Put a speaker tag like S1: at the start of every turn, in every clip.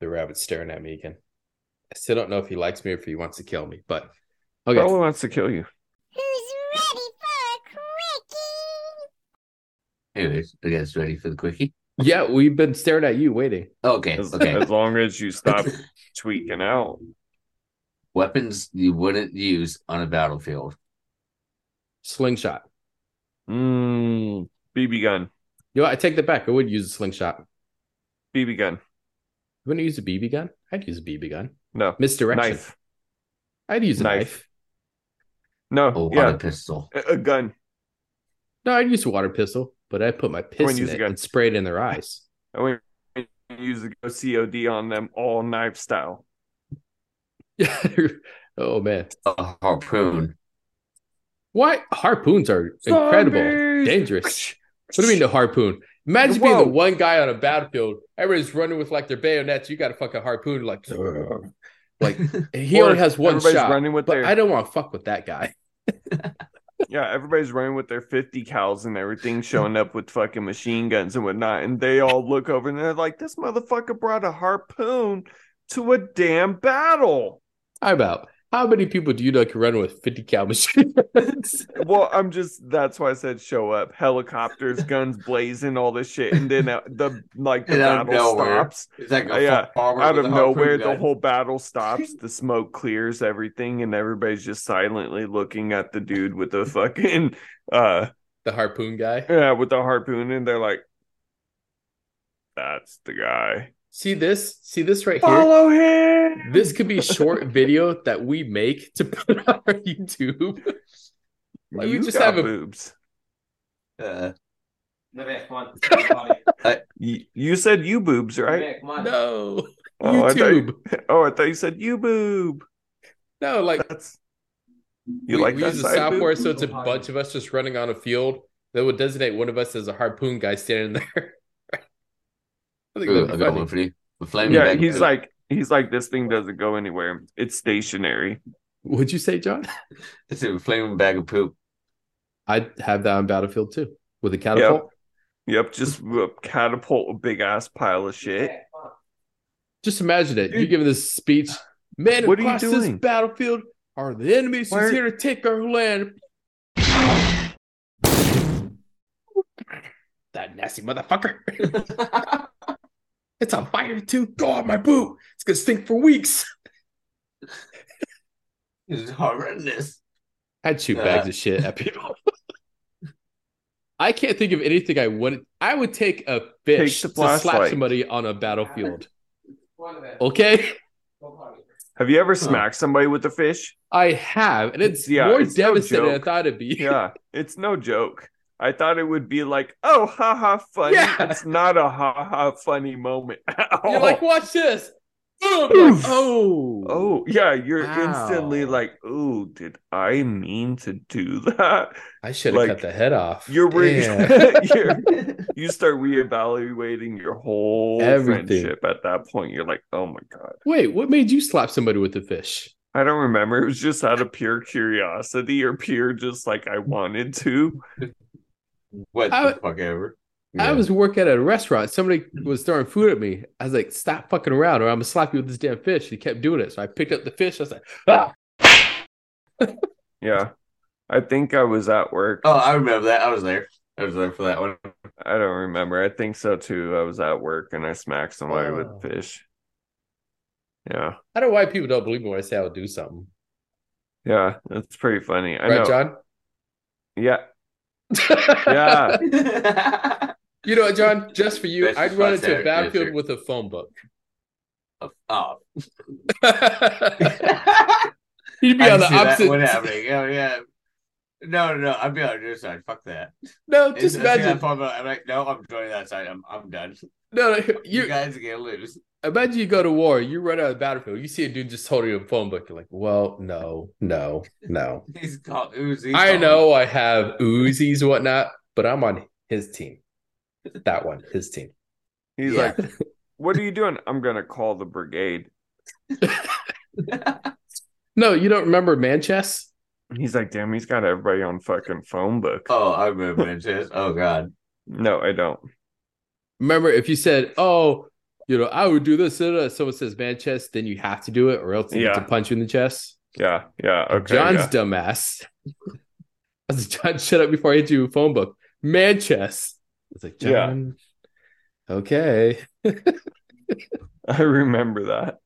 S1: the rabbit's staring at me again. I still don't know if he likes me or if he wants to kill me, but
S2: Okay.
S1: okay.
S2: Probably wants to kill you.
S3: Who's ready for a quickie?
S4: Here it is. You guys ready for the quickie?
S1: Yeah, we've been staring at you waiting.
S4: Okay,
S2: As,
S4: okay.
S2: as long as you stop tweaking out.
S4: Weapons you wouldn't use on a battlefield.
S1: Slingshot.
S2: Mm, BB gun.
S1: You know, what? I take that back. I would use a slingshot. You
S2: BB gun.
S1: wouldn't use a BB gun? I'd use a BB gun.
S2: No.
S1: Misdirection.
S2: Knife.
S1: I'd use a knife.
S2: Knife. No.
S1: Oh,
S4: A water
S2: yeah.
S4: pistol.
S2: A, a gun.
S1: No, I'd use a water pistol, but I'd put my piss in
S2: use a
S1: it
S2: gun.
S1: and spray it in their eyes.
S2: I wouldn't use the COD on them all knife style.
S1: Yeah. oh man.
S4: A harpoon.
S1: Why harpoons are incredible,
S2: Zombies!
S1: dangerous. What do you mean the harpoon? Imagine being
S2: Whoa.
S1: the one guy on a battlefield. Everybody's running with like their bayonets. You got a fucking harpoon, like, like and he
S2: Or
S1: only has one
S2: everybody's
S1: shot.
S2: running with
S1: but
S2: their
S1: I don't want to fuck with that guy.
S2: yeah, everybody's running with their fifty cals and everything, showing up with fucking machine guns and whatnot, and they all look over and they're like, "This motherfucker brought a harpoon to a damn battle."
S1: How about how many people do you know can run with fifty cal machine guns?
S2: Well, I'm just that's why I said show up. Helicopters, guns blazing, all this shit, and then uh, the like the
S4: And out of
S2: battle
S4: nowhere,
S2: stops
S4: It's like
S2: Uh, yeah,
S4: farmer
S2: out
S4: with
S2: of
S4: a harpoon
S2: nowhere. The
S4: gun.
S2: whole battle stops. The smoke clears everything, and everybody's just silently looking at the dude with the fucking uh
S1: the harpoon guy.
S2: yeah with the harpoon, and they're like, "That's the guy.
S1: See this? See this right here?
S2: Follow him."
S1: This could be a short video that we make to put on our YouTube. like, we
S2: you
S1: just
S2: got
S1: have a-
S2: boobs.
S4: Uh,
S5: Vivek, come on. Everybody.
S2: Y- You said you boobs, right?
S5: Vivek, come on.
S1: No.
S2: Oh, I thought
S1: YouTube.
S2: you, oh, I thought you said you boob.
S1: No, like
S2: That's you
S1: we,
S2: like
S1: we
S2: that
S1: use the
S2: side
S1: software
S2: boob?
S1: so it's a bunch of us just running on a field that would designate one of us as a harpoon guy standing there. I think
S4: ooh,
S1: that'd
S4: I
S1: be
S4: got
S1: funny.
S4: one for you. A flaming
S2: Yeah,
S4: back-
S2: he's like he's like this thing doesn't go anywhere. It's stationary.
S1: Would you say, John?
S4: It's a flaming bag of poop.
S1: I'd have that on Battlefield too with a catapult.
S2: Yep, just uh, catapult a big ass pile of shit.
S5: Vivek, come on.
S1: Just imagine it. You
S2: Dude.
S1: give this speech, man.
S2: What are you
S1: across this
S2: doing?
S1: battlefield are the enemies who's
S2: Where-
S1: here to take our land. That nasty motherfucker. it's on fire too. Go on my boot. It's gonna stink for weeks.
S4: It's horrendous.
S1: I'd shoot
S2: Uh.
S4: Yeah.
S1: bags of shit at people. I can't think of anything I wouldn't. I would take a fish
S2: the
S1: to slap
S2: flashlight.
S1: somebody on a battlefield.
S5: Come on, Vivek.
S1: Okay,
S5: Go party.
S2: Have you ever smacked somebody with a fish?
S1: I have, and it's
S2: Yeah,
S1: more
S2: it's no
S1: devastating than I
S2: joke.
S1: thought it'd be.
S2: Yeah, it's no joke. I thought it would be like, oh, ha ha, funny.
S1: Yeah.
S2: It's not a ha ha funny moment at
S1: You're
S2: all.
S1: like, watch this. Boom. You're like,
S2: Oh. Oof.
S1: oh,
S2: oh, yeah, you're instantly
S1: Ow.
S2: like, oh, did I mean to do that?
S1: I should have
S2: like,
S1: cut the head off.
S2: You're, re-
S1: Damn.
S2: you're you start reevaluating your whole
S1: Everything.
S2: friendship at that point. You're like, oh my god,
S1: Wait, what made you slap somebody with a fish?
S2: I don't remember. It was just out of pure curiosity or pure just like I wanted to.
S4: What
S1: I-
S4: the fuck ever?
S1: I
S4: Yeah.
S1: was working at a restaurant. Somebody was throwing food at me. I was like, stop fucking around or I'm going to slap you with this damn fish. He kept doing it. So I picked up the fish. I was like, ah.
S2: Yeah, I think I was at work.
S4: Oh, I remember that. I was there. I was there for that one.
S2: I don't remember. I think so too. I was at work and I smacked somebody with
S1: Oh.
S2: a fish. Yeah,
S1: I don't know why people don't believe me when I say I'll do something.
S2: yeah, that's pretty funny. I know.
S1: right, John?
S2: Yeah, yeah.
S1: You know what, John? Just for you,
S4: That's
S1: I'd
S4: just
S1: run
S4: my
S1: into a
S4: therapy
S1: battlefield
S4: answer.
S1: with a phone book.
S4: oh.
S1: You'd be
S4: I
S1: on the
S4: see that
S1: opposite.
S4: one happening. Oh yeah. No, no, no. I'd be on your side. Fuck that.
S1: No, just
S4: As soon as I
S1: imagine.
S4: pop up, I'm like, no, I'm joining that side. I'm, I'm done.
S1: No, no,
S4: You,
S1: you,
S4: guys are gonna lose.
S1: Imagine you go to war, you run out of the battlefield, you see a dude just holding a phone book. You're like, well, no, no, no.
S4: He's called Uzi.
S1: I know I have Uzis and whatnot, but I'm on his team. That one, his team.
S2: He's
S4: Yeah.
S2: like, "What are you doing?" I'm gonna call the brigade.
S1: No, you don't remember Manchess?
S2: And He's like, "Damn, he's got everybody on fucking phone book."
S4: Oh, I remember Manchester. Oh God.
S2: No, I don't.
S1: Remember if you said, oh, you know, I would do this. da, da, da. Someone says man chest, then you have to do it, or else they get to
S2: Yeah.
S1: punch you in the chest.
S2: Yeah, yeah, okay.
S1: John's
S2: yeah.
S1: dumbass. I was like, John, shut up before I hit you with a phone book. Man chest. It's like,
S2: Yeah.
S1: John, okay.
S2: I remember that.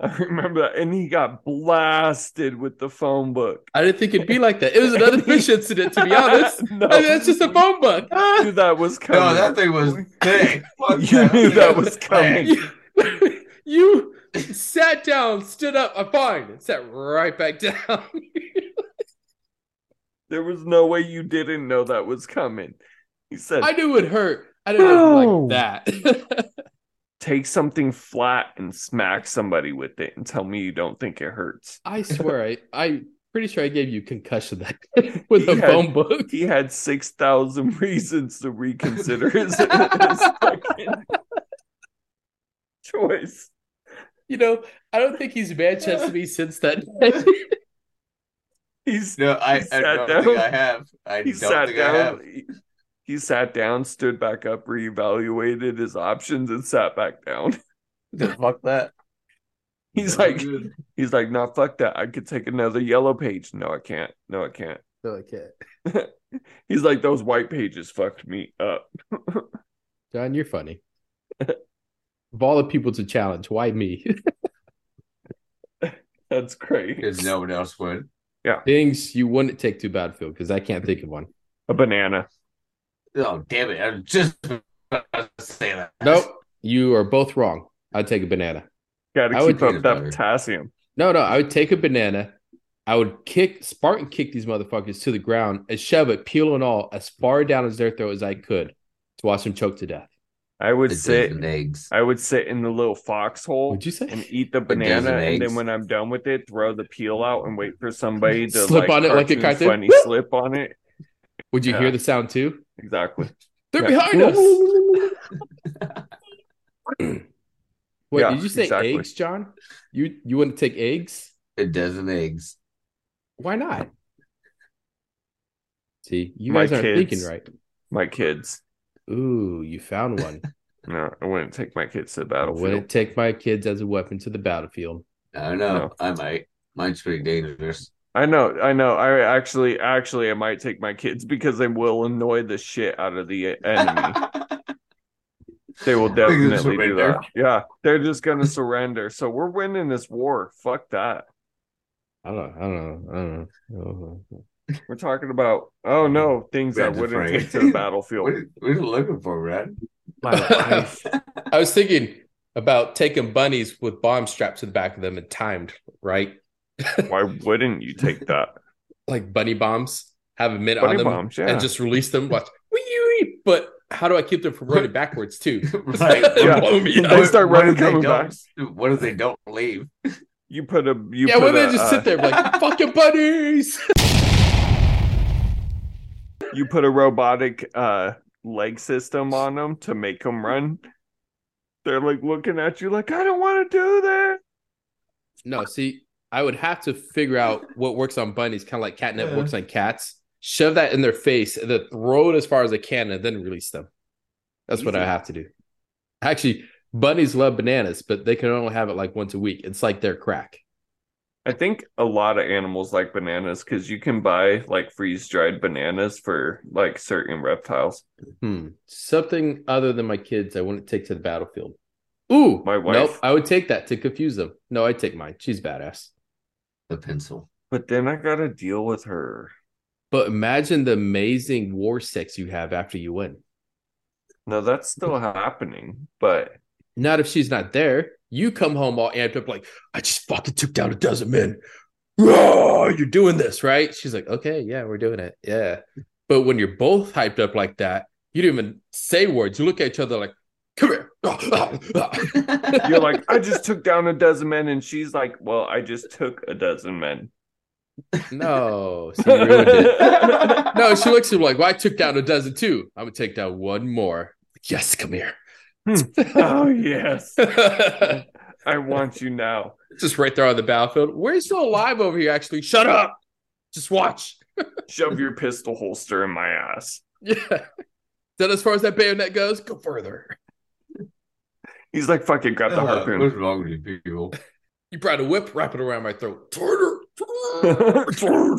S2: I remember that. And he got blasted with the phone book.
S1: I didn't think it'd be like that. It was another fish incident, to be honest.
S2: no,
S1: I mean, that's just a phone book.
S2: You knew that was coming.
S4: No, that thing was thick. Fuck
S2: You knew that was coming.
S1: You, you sat down, stood up, I'm fine, and sat right back down.
S2: There was no way you didn't know that was coming. He said,
S1: I knew it hurt. I didn't know it was like that.
S2: "Take something flat and smack somebody with it, and tell me you don't think it hurts."
S1: I swear, I, I'm pretty sure I gave you concussion that with a
S2: Yeah.
S1: phone book.
S2: He had six thousand reasons to reconsider his, his fucking choice.
S1: You know, I don't think he's Manchester me since that day.
S2: He's
S4: No, I,
S2: He
S4: I
S2: sat
S4: don't
S2: down.
S4: think I have. I
S2: he
S4: don't
S2: sat
S4: think I have.
S2: down. He, he sat down, stood back up, reevaluated his options, and sat back down.
S4: Fuck that.
S2: He's like, he's like, nah, fuck that. I could take another yellow page. No, I can't. No, I can't.
S1: no, I can't.
S2: He's like, those white pages fucked me up.
S1: John, you're funny. of all the people to challenge, why me?
S2: That's great.
S4: because no one else would.
S1: Things you wouldn't take to Battlefield because I can't think of one.
S2: A banana.
S4: Oh damn it! I was just about to say that.
S1: Nope, you are both wrong. I'd take a banana.
S2: Gotta
S1: I would
S2: keep up
S4: think
S2: that
S4: it's better.
S2: potassium.
S1: No, no, I would take a banana. I would kick Spartan kick these motherfuckers to the ground and shove it, peel and all, as far down as their throat as I could to watch them choke to death.
S2: I would
S4: A
S2: sit.
S4: dozen eggs.
S2: I would sit in the little foxhole
S1: Would you say?
S2: and eat the
S4: dozen
S2: banana, and
S4: eggs.
S2: then when I'm done with it, throw the peel out and wait for somebody to
S1: Slip on it like a cartoon.
S2: funny
S1: Whoop.
S2: slip on it.
S1: Would you hear
S2: Yeah.
S1: the sound too?
S2: Exactly.
S1: They're
S2: Yeah.
S1: behind us. Wait,
S2: Yeah,
S1: did you say
S2: exactly.
S1: eggs, John? You you wouldn't take eggs?
S4: A dozen eggs.
S1: Why not? See, you
S2: My
S1: guys aren't
S2: kids.
S1: thinking right.
S2: My kids.
S1: Ooh, you found one.
S2: No, I wouldn't take my kids to the
S1: I
S2: battlefield.
S1: wouldn't take my kids as a weapon to the battlefield.
S4: I don't know.
S2: No.
S4: I might. Mine's pretty dangerous.
S2: I know, I know. I actually, actually, I might take my kids because they will annoy the shit out of the enemy. they will
S4: They're gonna
S2: definitely do
S4: surrender.
S2: that. Yeah, they're just gonna surrender. So we're winning this war. Fuck that.
S1: I don't know. I don't know. I don't know.
S2: We're talking about oh no things I
S4: Brandon
S2: wouldn't
S4: Frank.
S2: take to the
S4: What,
S2: battlefield.
S4: are- what are you looking for, Brad?
S2: My life.
S1: I was thinking about taking bunnies with bombs strapped to the back of them and timed, right?
S2: Why wouldn't you take that?
S1: Like bunny bombs, have a minute on
S2: Bunny
S1: them
S2: bombs, yeah.
S1: and just release them. Watch. Wee-wee. But how do I keep them from running backwards too?
S4: right.
S2: yeah.
S1: Blow me up.
S2: They start
S4: What
S2: running,
S4: if they
S2: coming back.
S4: don't- What if they don't leave?
S2: You put a you
S1: yeah,
S2: put
S1: women
S2: a,
S1: just
S2: uh,
S1: sit there like fucking bunnies.
S2: you put a robotic uh leg system on them to make them run. They're like looking at you like I don't want to do that.
S1: No, see, I would have to figure out what works on bunnies, kind of like catnip
S4: Yeah.
S1: works on cats. Shove that in their face, and then throw it as far as I can, and then release them. That's what I
S2: Easy.
S1: have to do. Actually, bunnies love bananas, but they can only have it like once a week. It's like their crack.
S2: I think a lot of animals like bananas because you can buy like freeze dried bananas for like certain reptiles.
S1: Hmm. Something other than my kids, I wouldn't take to the battlefield. Ooh,
S2: My wife.
S1: Nope, I would take that to confuse them. No, I'd take mine. She's badass.
S4: The pencil.
S2: But then I gotta deal with her.
S1: But imagine the amazing war sex you have after you win.
S2: No, that's still happening. But
S1: Not if she's not there. You come home all amped up, like, I just fucking took down a dozen men. Roar, you're doing this, right? She's like, okay, yeah, we're doing it. Yeah. But when you're both hyped up like that, you don't even say words. You look at each other like, come here. Ah, ah, ah.
S2: you're like, I just took down a dozen men, and she's like, Well, I just took a dozen men.
S1: no. So you ruined it. No, she looks at him like, well, I took down a dozen too. I'm going to take down one more. Yes, come here.
S2: oh yes, I want you now.
S1: just right there on the battlefield. We're still alive over here, actually. Shut up. Just watch.
S2: Shove your pistol holster in my ass.
S1: Yeah. Then as far as that bayonet goes, go further.
S2: He's like, fucking grab the harpoon.
S4: Uh, What's wrong with you people?
S1: You brought a whip, wrap it around my throat. Turner,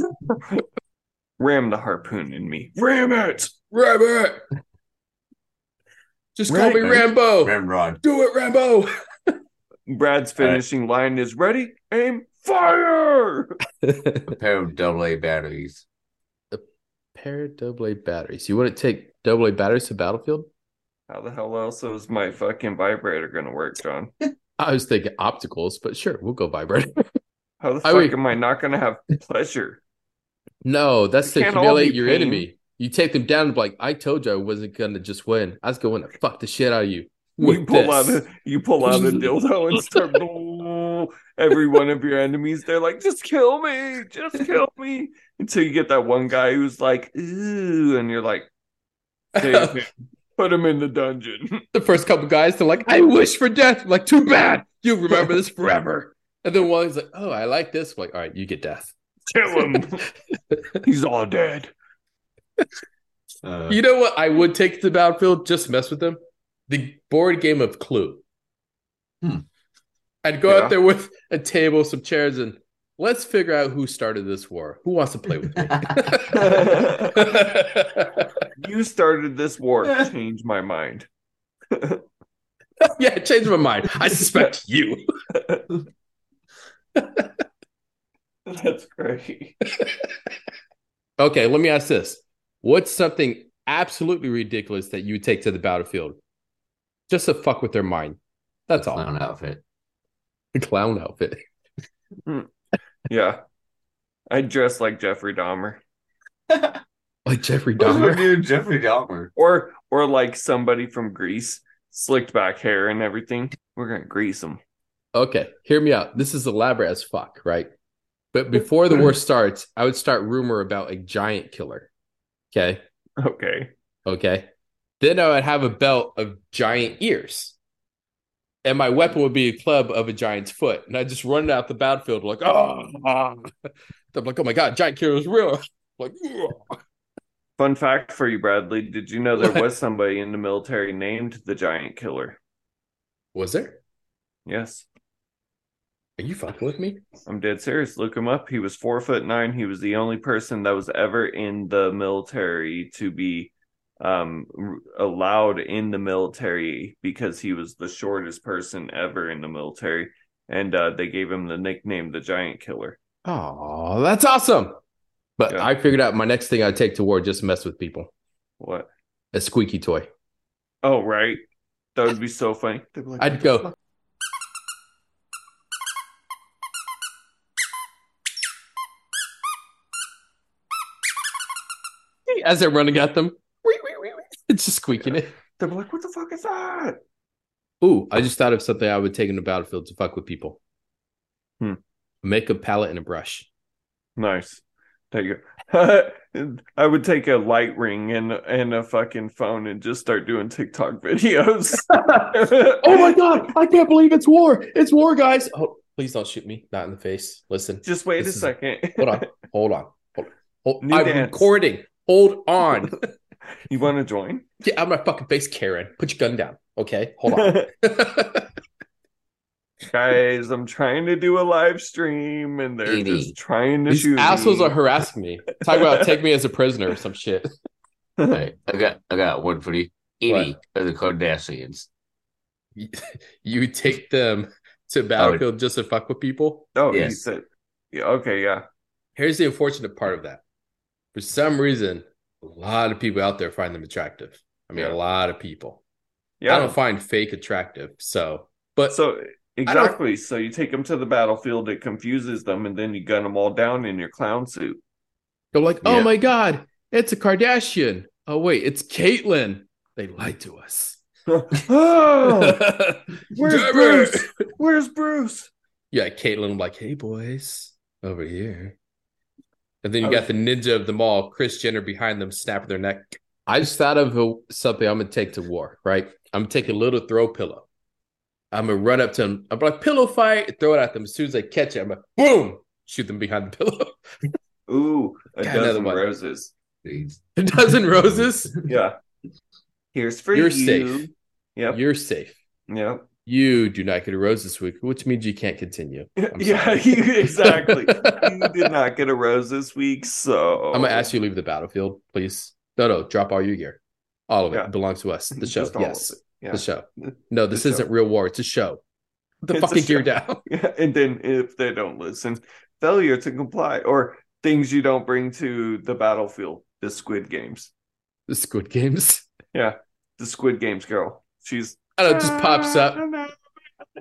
S2: Ram the harpoon in me. Ram it.
S1: Rabbit. Just call me
S2: Rabbit.
S1: Rambo.
S4: Ramrod.
S1: Do it, Rambo.
S2: Brad's
S4: All right.
S2: finishing line is ready. Aim. Fire.
S4: A pair of double A batteries.
S1: Pair of double A batteries. You wouldn't take double A batteries to battlefield?
S2: How the hell else is my fucking vibrator gonna work, John?
S1: I was thinking opticals, but sure, we'll go vibrator.
S2: How the
S1: I
S2: fuck
S1: mean-
S2: am I not gonna have pleasure?
S1: no, that's
S2: We
S1: to
S2: can't all be
S1: humiliate your
S2: pain.
S1: enemy. You take them down and be like, I told you I wasn't gonna just win. I was going to fuck the shit out of you.
S2: you
S1: With
S2: pull
S1: this.
S2: out a you pull out a dildo and start every one of your enemies. They're like, just kill me, just kill me. Until you get that one guy who's like, ooh, and you're like, "Save him. put him in the dungeon.
S1: the first couple guys, they're like, I wish for death. I'm like, too bad. You'll remember this forever. And then one's like, oh, I like this. I'm like, all right, you get death.
S2: kill him. He's all dead.
S4: Uh,
S1: You know what? I would take to the battlefield, just mess with them. The board game of Clue.
S4: Hmm.
S1: I'd go
S2: Yeah.
S1: out there with a table, some chairs, and let's figure out who started this war. Who wants to play with me?
S2: You started this war. Change my mind.
S1: yeah, change my mind. I suspect you.
S2: That's great.
S1: Okay, let me ask this. What's something absolutely ridiculous that you would take to the battlefield? Just to fuck with their mind. That's all.
S4: Clown outfit.
S1: A clown outfit.
S2: Yeah. I dress like Jeffrey Dahmer.
S1: Like Jeffrey
S4: What's
S1: Dahmer.
S4: with you, Jeffrey Dahmer?
S2: Or or like somebody from Greece, slicked back hair and everything. We're gonna grease them.
S1: Okay, hear me out. This is elaborate as fuck, right? But before the war starts, I would start rumor about a giant killer. Okay,
S2: Okay.
S1: okay. Then I would have a belt of giant ears, and my weapon would be a club of a giant's foot. And I just run out the battlefield like, oh, ah." I'm like, oh my god, giant killer is real. Like, "Ugh."
S2: Fun fact for you, Bradley. Did you know there
S1: What?
S2: was somebody in the military named the Giant Killer?
S1: was there?
S2: Yes.
S1: Are you fucking with me?
S2: I'm dead serious. Look him up. He was four foot nine. He was the only person that was ever in the military to be um r- allowed in the military because he was the shortest person ever in the military and uh they gave him the nickname the giant killer
S1: Oh, that's awesome. But
S2: Yeah.
S1: I figured out my next thing I'd take to war just to mess with people.
S2: what
S1: A squeaky toy.
S2: Oh, right. That would be so funny. They'd be like,
S1: I'd go. As they're running at them, it's just squeaking it.
S2: they'd be like, what the fuck is that?
S1: Ooh, I just thought of something I would take in the battlefield to fuck with people.
S2: Hmm.
S1: Make a palette and a brush.
S2: Nice. There you go. I would take a light ring and and a fucking phone and just start doing TikTok videos.
S1: Oh my god! I can't believe it's war! It's war, guys! Oh, please don't shoot me. Not in the face. Listen.
S2: Just wait
S1: This
S2: a
S1: is-
S2: second.
S1: Hold on. Hold on. Hold on. Hold-
S2: New
S1: I'm
S2: dance.
S1: recording. Hold on.
S2: You want to join?
S1: Get out of my fucking face, Karen. Put your gun down. Okay. Hold on.
S2: Guys, I'm trying to do a live stream and they're
S4: Eat
S2: just
S4: it.
S2: trying to
S1: These
S2: shoot
S1: assholes
S2: me.
S1: are harassing me. Talk about take me as a prisoner or some shit.
S4: All right, I got I got one for you. Any of the Kardashians.
S1: You take them to battlefield just to fuck with people.
S2: Oh, he
S4: Yes.
S2: said. Yeah, okay, yeah.
S1: Here's the unfortunate part of that. For some reason, a lot of people out there find them attractive. I mean,
S2: Yeah.
S1: a lot of people. I
S2: Yeah.
S1: don't find fake attractive. So, but
S2: So exactly. So you take them to the battlefield, it confuses them, and then you gun them all down in your clown suit.
S1: they're like, oh
S4: Yeah.
S1: my God, it's a Kardashian. Oh, wait, it's Caitlyn. They lied to us.
S2: oh, where's
S1: Damn
S2: Bruce?
S1: it.
S2: Where's Bruce?
S1: Yeah, Caitlin like, hey boys, over here. And then you
S2: I
S1: got the ninja of them all, Chris Jenner behind them, snapping their neck. I just thought of a, something I'm gonna take to war, right? I'm gonna take a little throw pillow. I'm gonna run up to them. I'm like pillow fight, throw it at them. As soon as they catch it, I'm like boom, shoot them behind the pillow.
S2: Ooh, a
S1: Got another
S2: dozen
S1: one.
S2: roses.
S4: These-
S1: a dozen roses.
S2: Yeah. Here's for
S1: You're
S2: you.
S1: safe.
S2: Yep.
S1: You're safe.
S2: Yep.
S1: You do not get a rose this week, which means you can't continue. I'm
S2: yeah,
S1: sorry.
S2: you, exactly. you did not get a rose this week, so
S1: I'm gonna ask you to leave the battlefield, please. No, no, drop all your gear. All of it
S2: Yeah.
S1: It belongs to us. The show.
S2: Just all of
S1: yes.
S2: it. Yeah.
S1: The show. No, this
S2: The show.
S1: isn't real war. It's a show. Put The
S2: It's a
S1: fucking gear
S2: show.
S1: down.
S2: Yeah, and then if they don't listen, failure to comply or things you don't bring to the battlefield, the Squid Games,
S1: The Squid Games.
S2: the Squid Games girl. She's
S1: I don't know, it just pops up.
S2: up.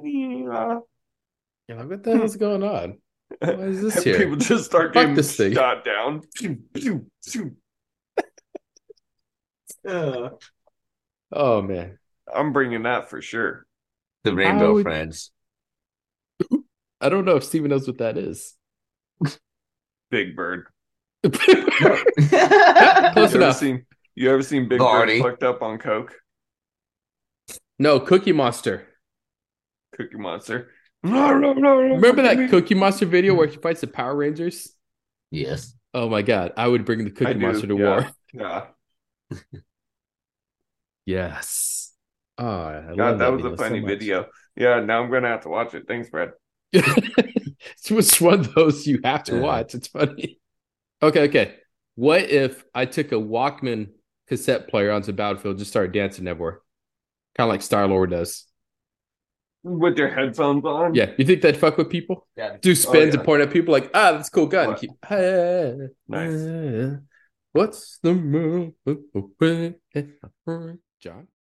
S1: You're like, what the hell's going on? Why is this here?
S2: People just start
S1: Fuck
S2: getting
S1: this thing.
S2: shot down. Pew, pew, pew.
S1: Uh,
S2: Yeah,
S1: Oh man.
S2: I'm bringing that for sure.
S4: The
S1: I
S4: Rainbow
S1: would-
S4: Friends.
S1: I don't know if Steven knows what that is.
S2: Big Bird.
S1: Close
S2: you ever
S1: enough.
S2: seen you ever seen Big
S4: Barney.
S2: Bird fucked up on Coke?
S1: No, Cookie Monster.
S2: Cookie Monster. Remember
S1: Remember that Cookie Monster video where he fights the Power Rangers?
S4: yes.
S1: Oh my god, I would bring the
S2: I
S1: Cookie
S2: do,
S1: Monster to
S2: yeah.
S1: war.
S2: Yeah.
S1: Yes. Oh, I love
S2: God, that was
S1: video
S2: a
S1: so
S2: funny
S1: much.
S2: video. Yeah, now I'm gonna have to watch it. Thanks, Brad.
S1: it's just one of those you have to
S4: Yeah.
S1: watch. It's funny. Okay, okay. What if I took a Walkman cassette player onto the battlefield, and just started dancing everywhere, kind of like Star Lord does?
S2: With your headphones on.
S1: Yeah, you think that'd fuck with people?
S4: Yeah.
S1: Do spins
S2: Oh, yeah.
S1: and point at people like, ah, that's a cool gun.
S2: What?
S1: Keep, "Ah, "Hey,
S2: Nice.
S1: Oh, hey, What's the move? eh, John.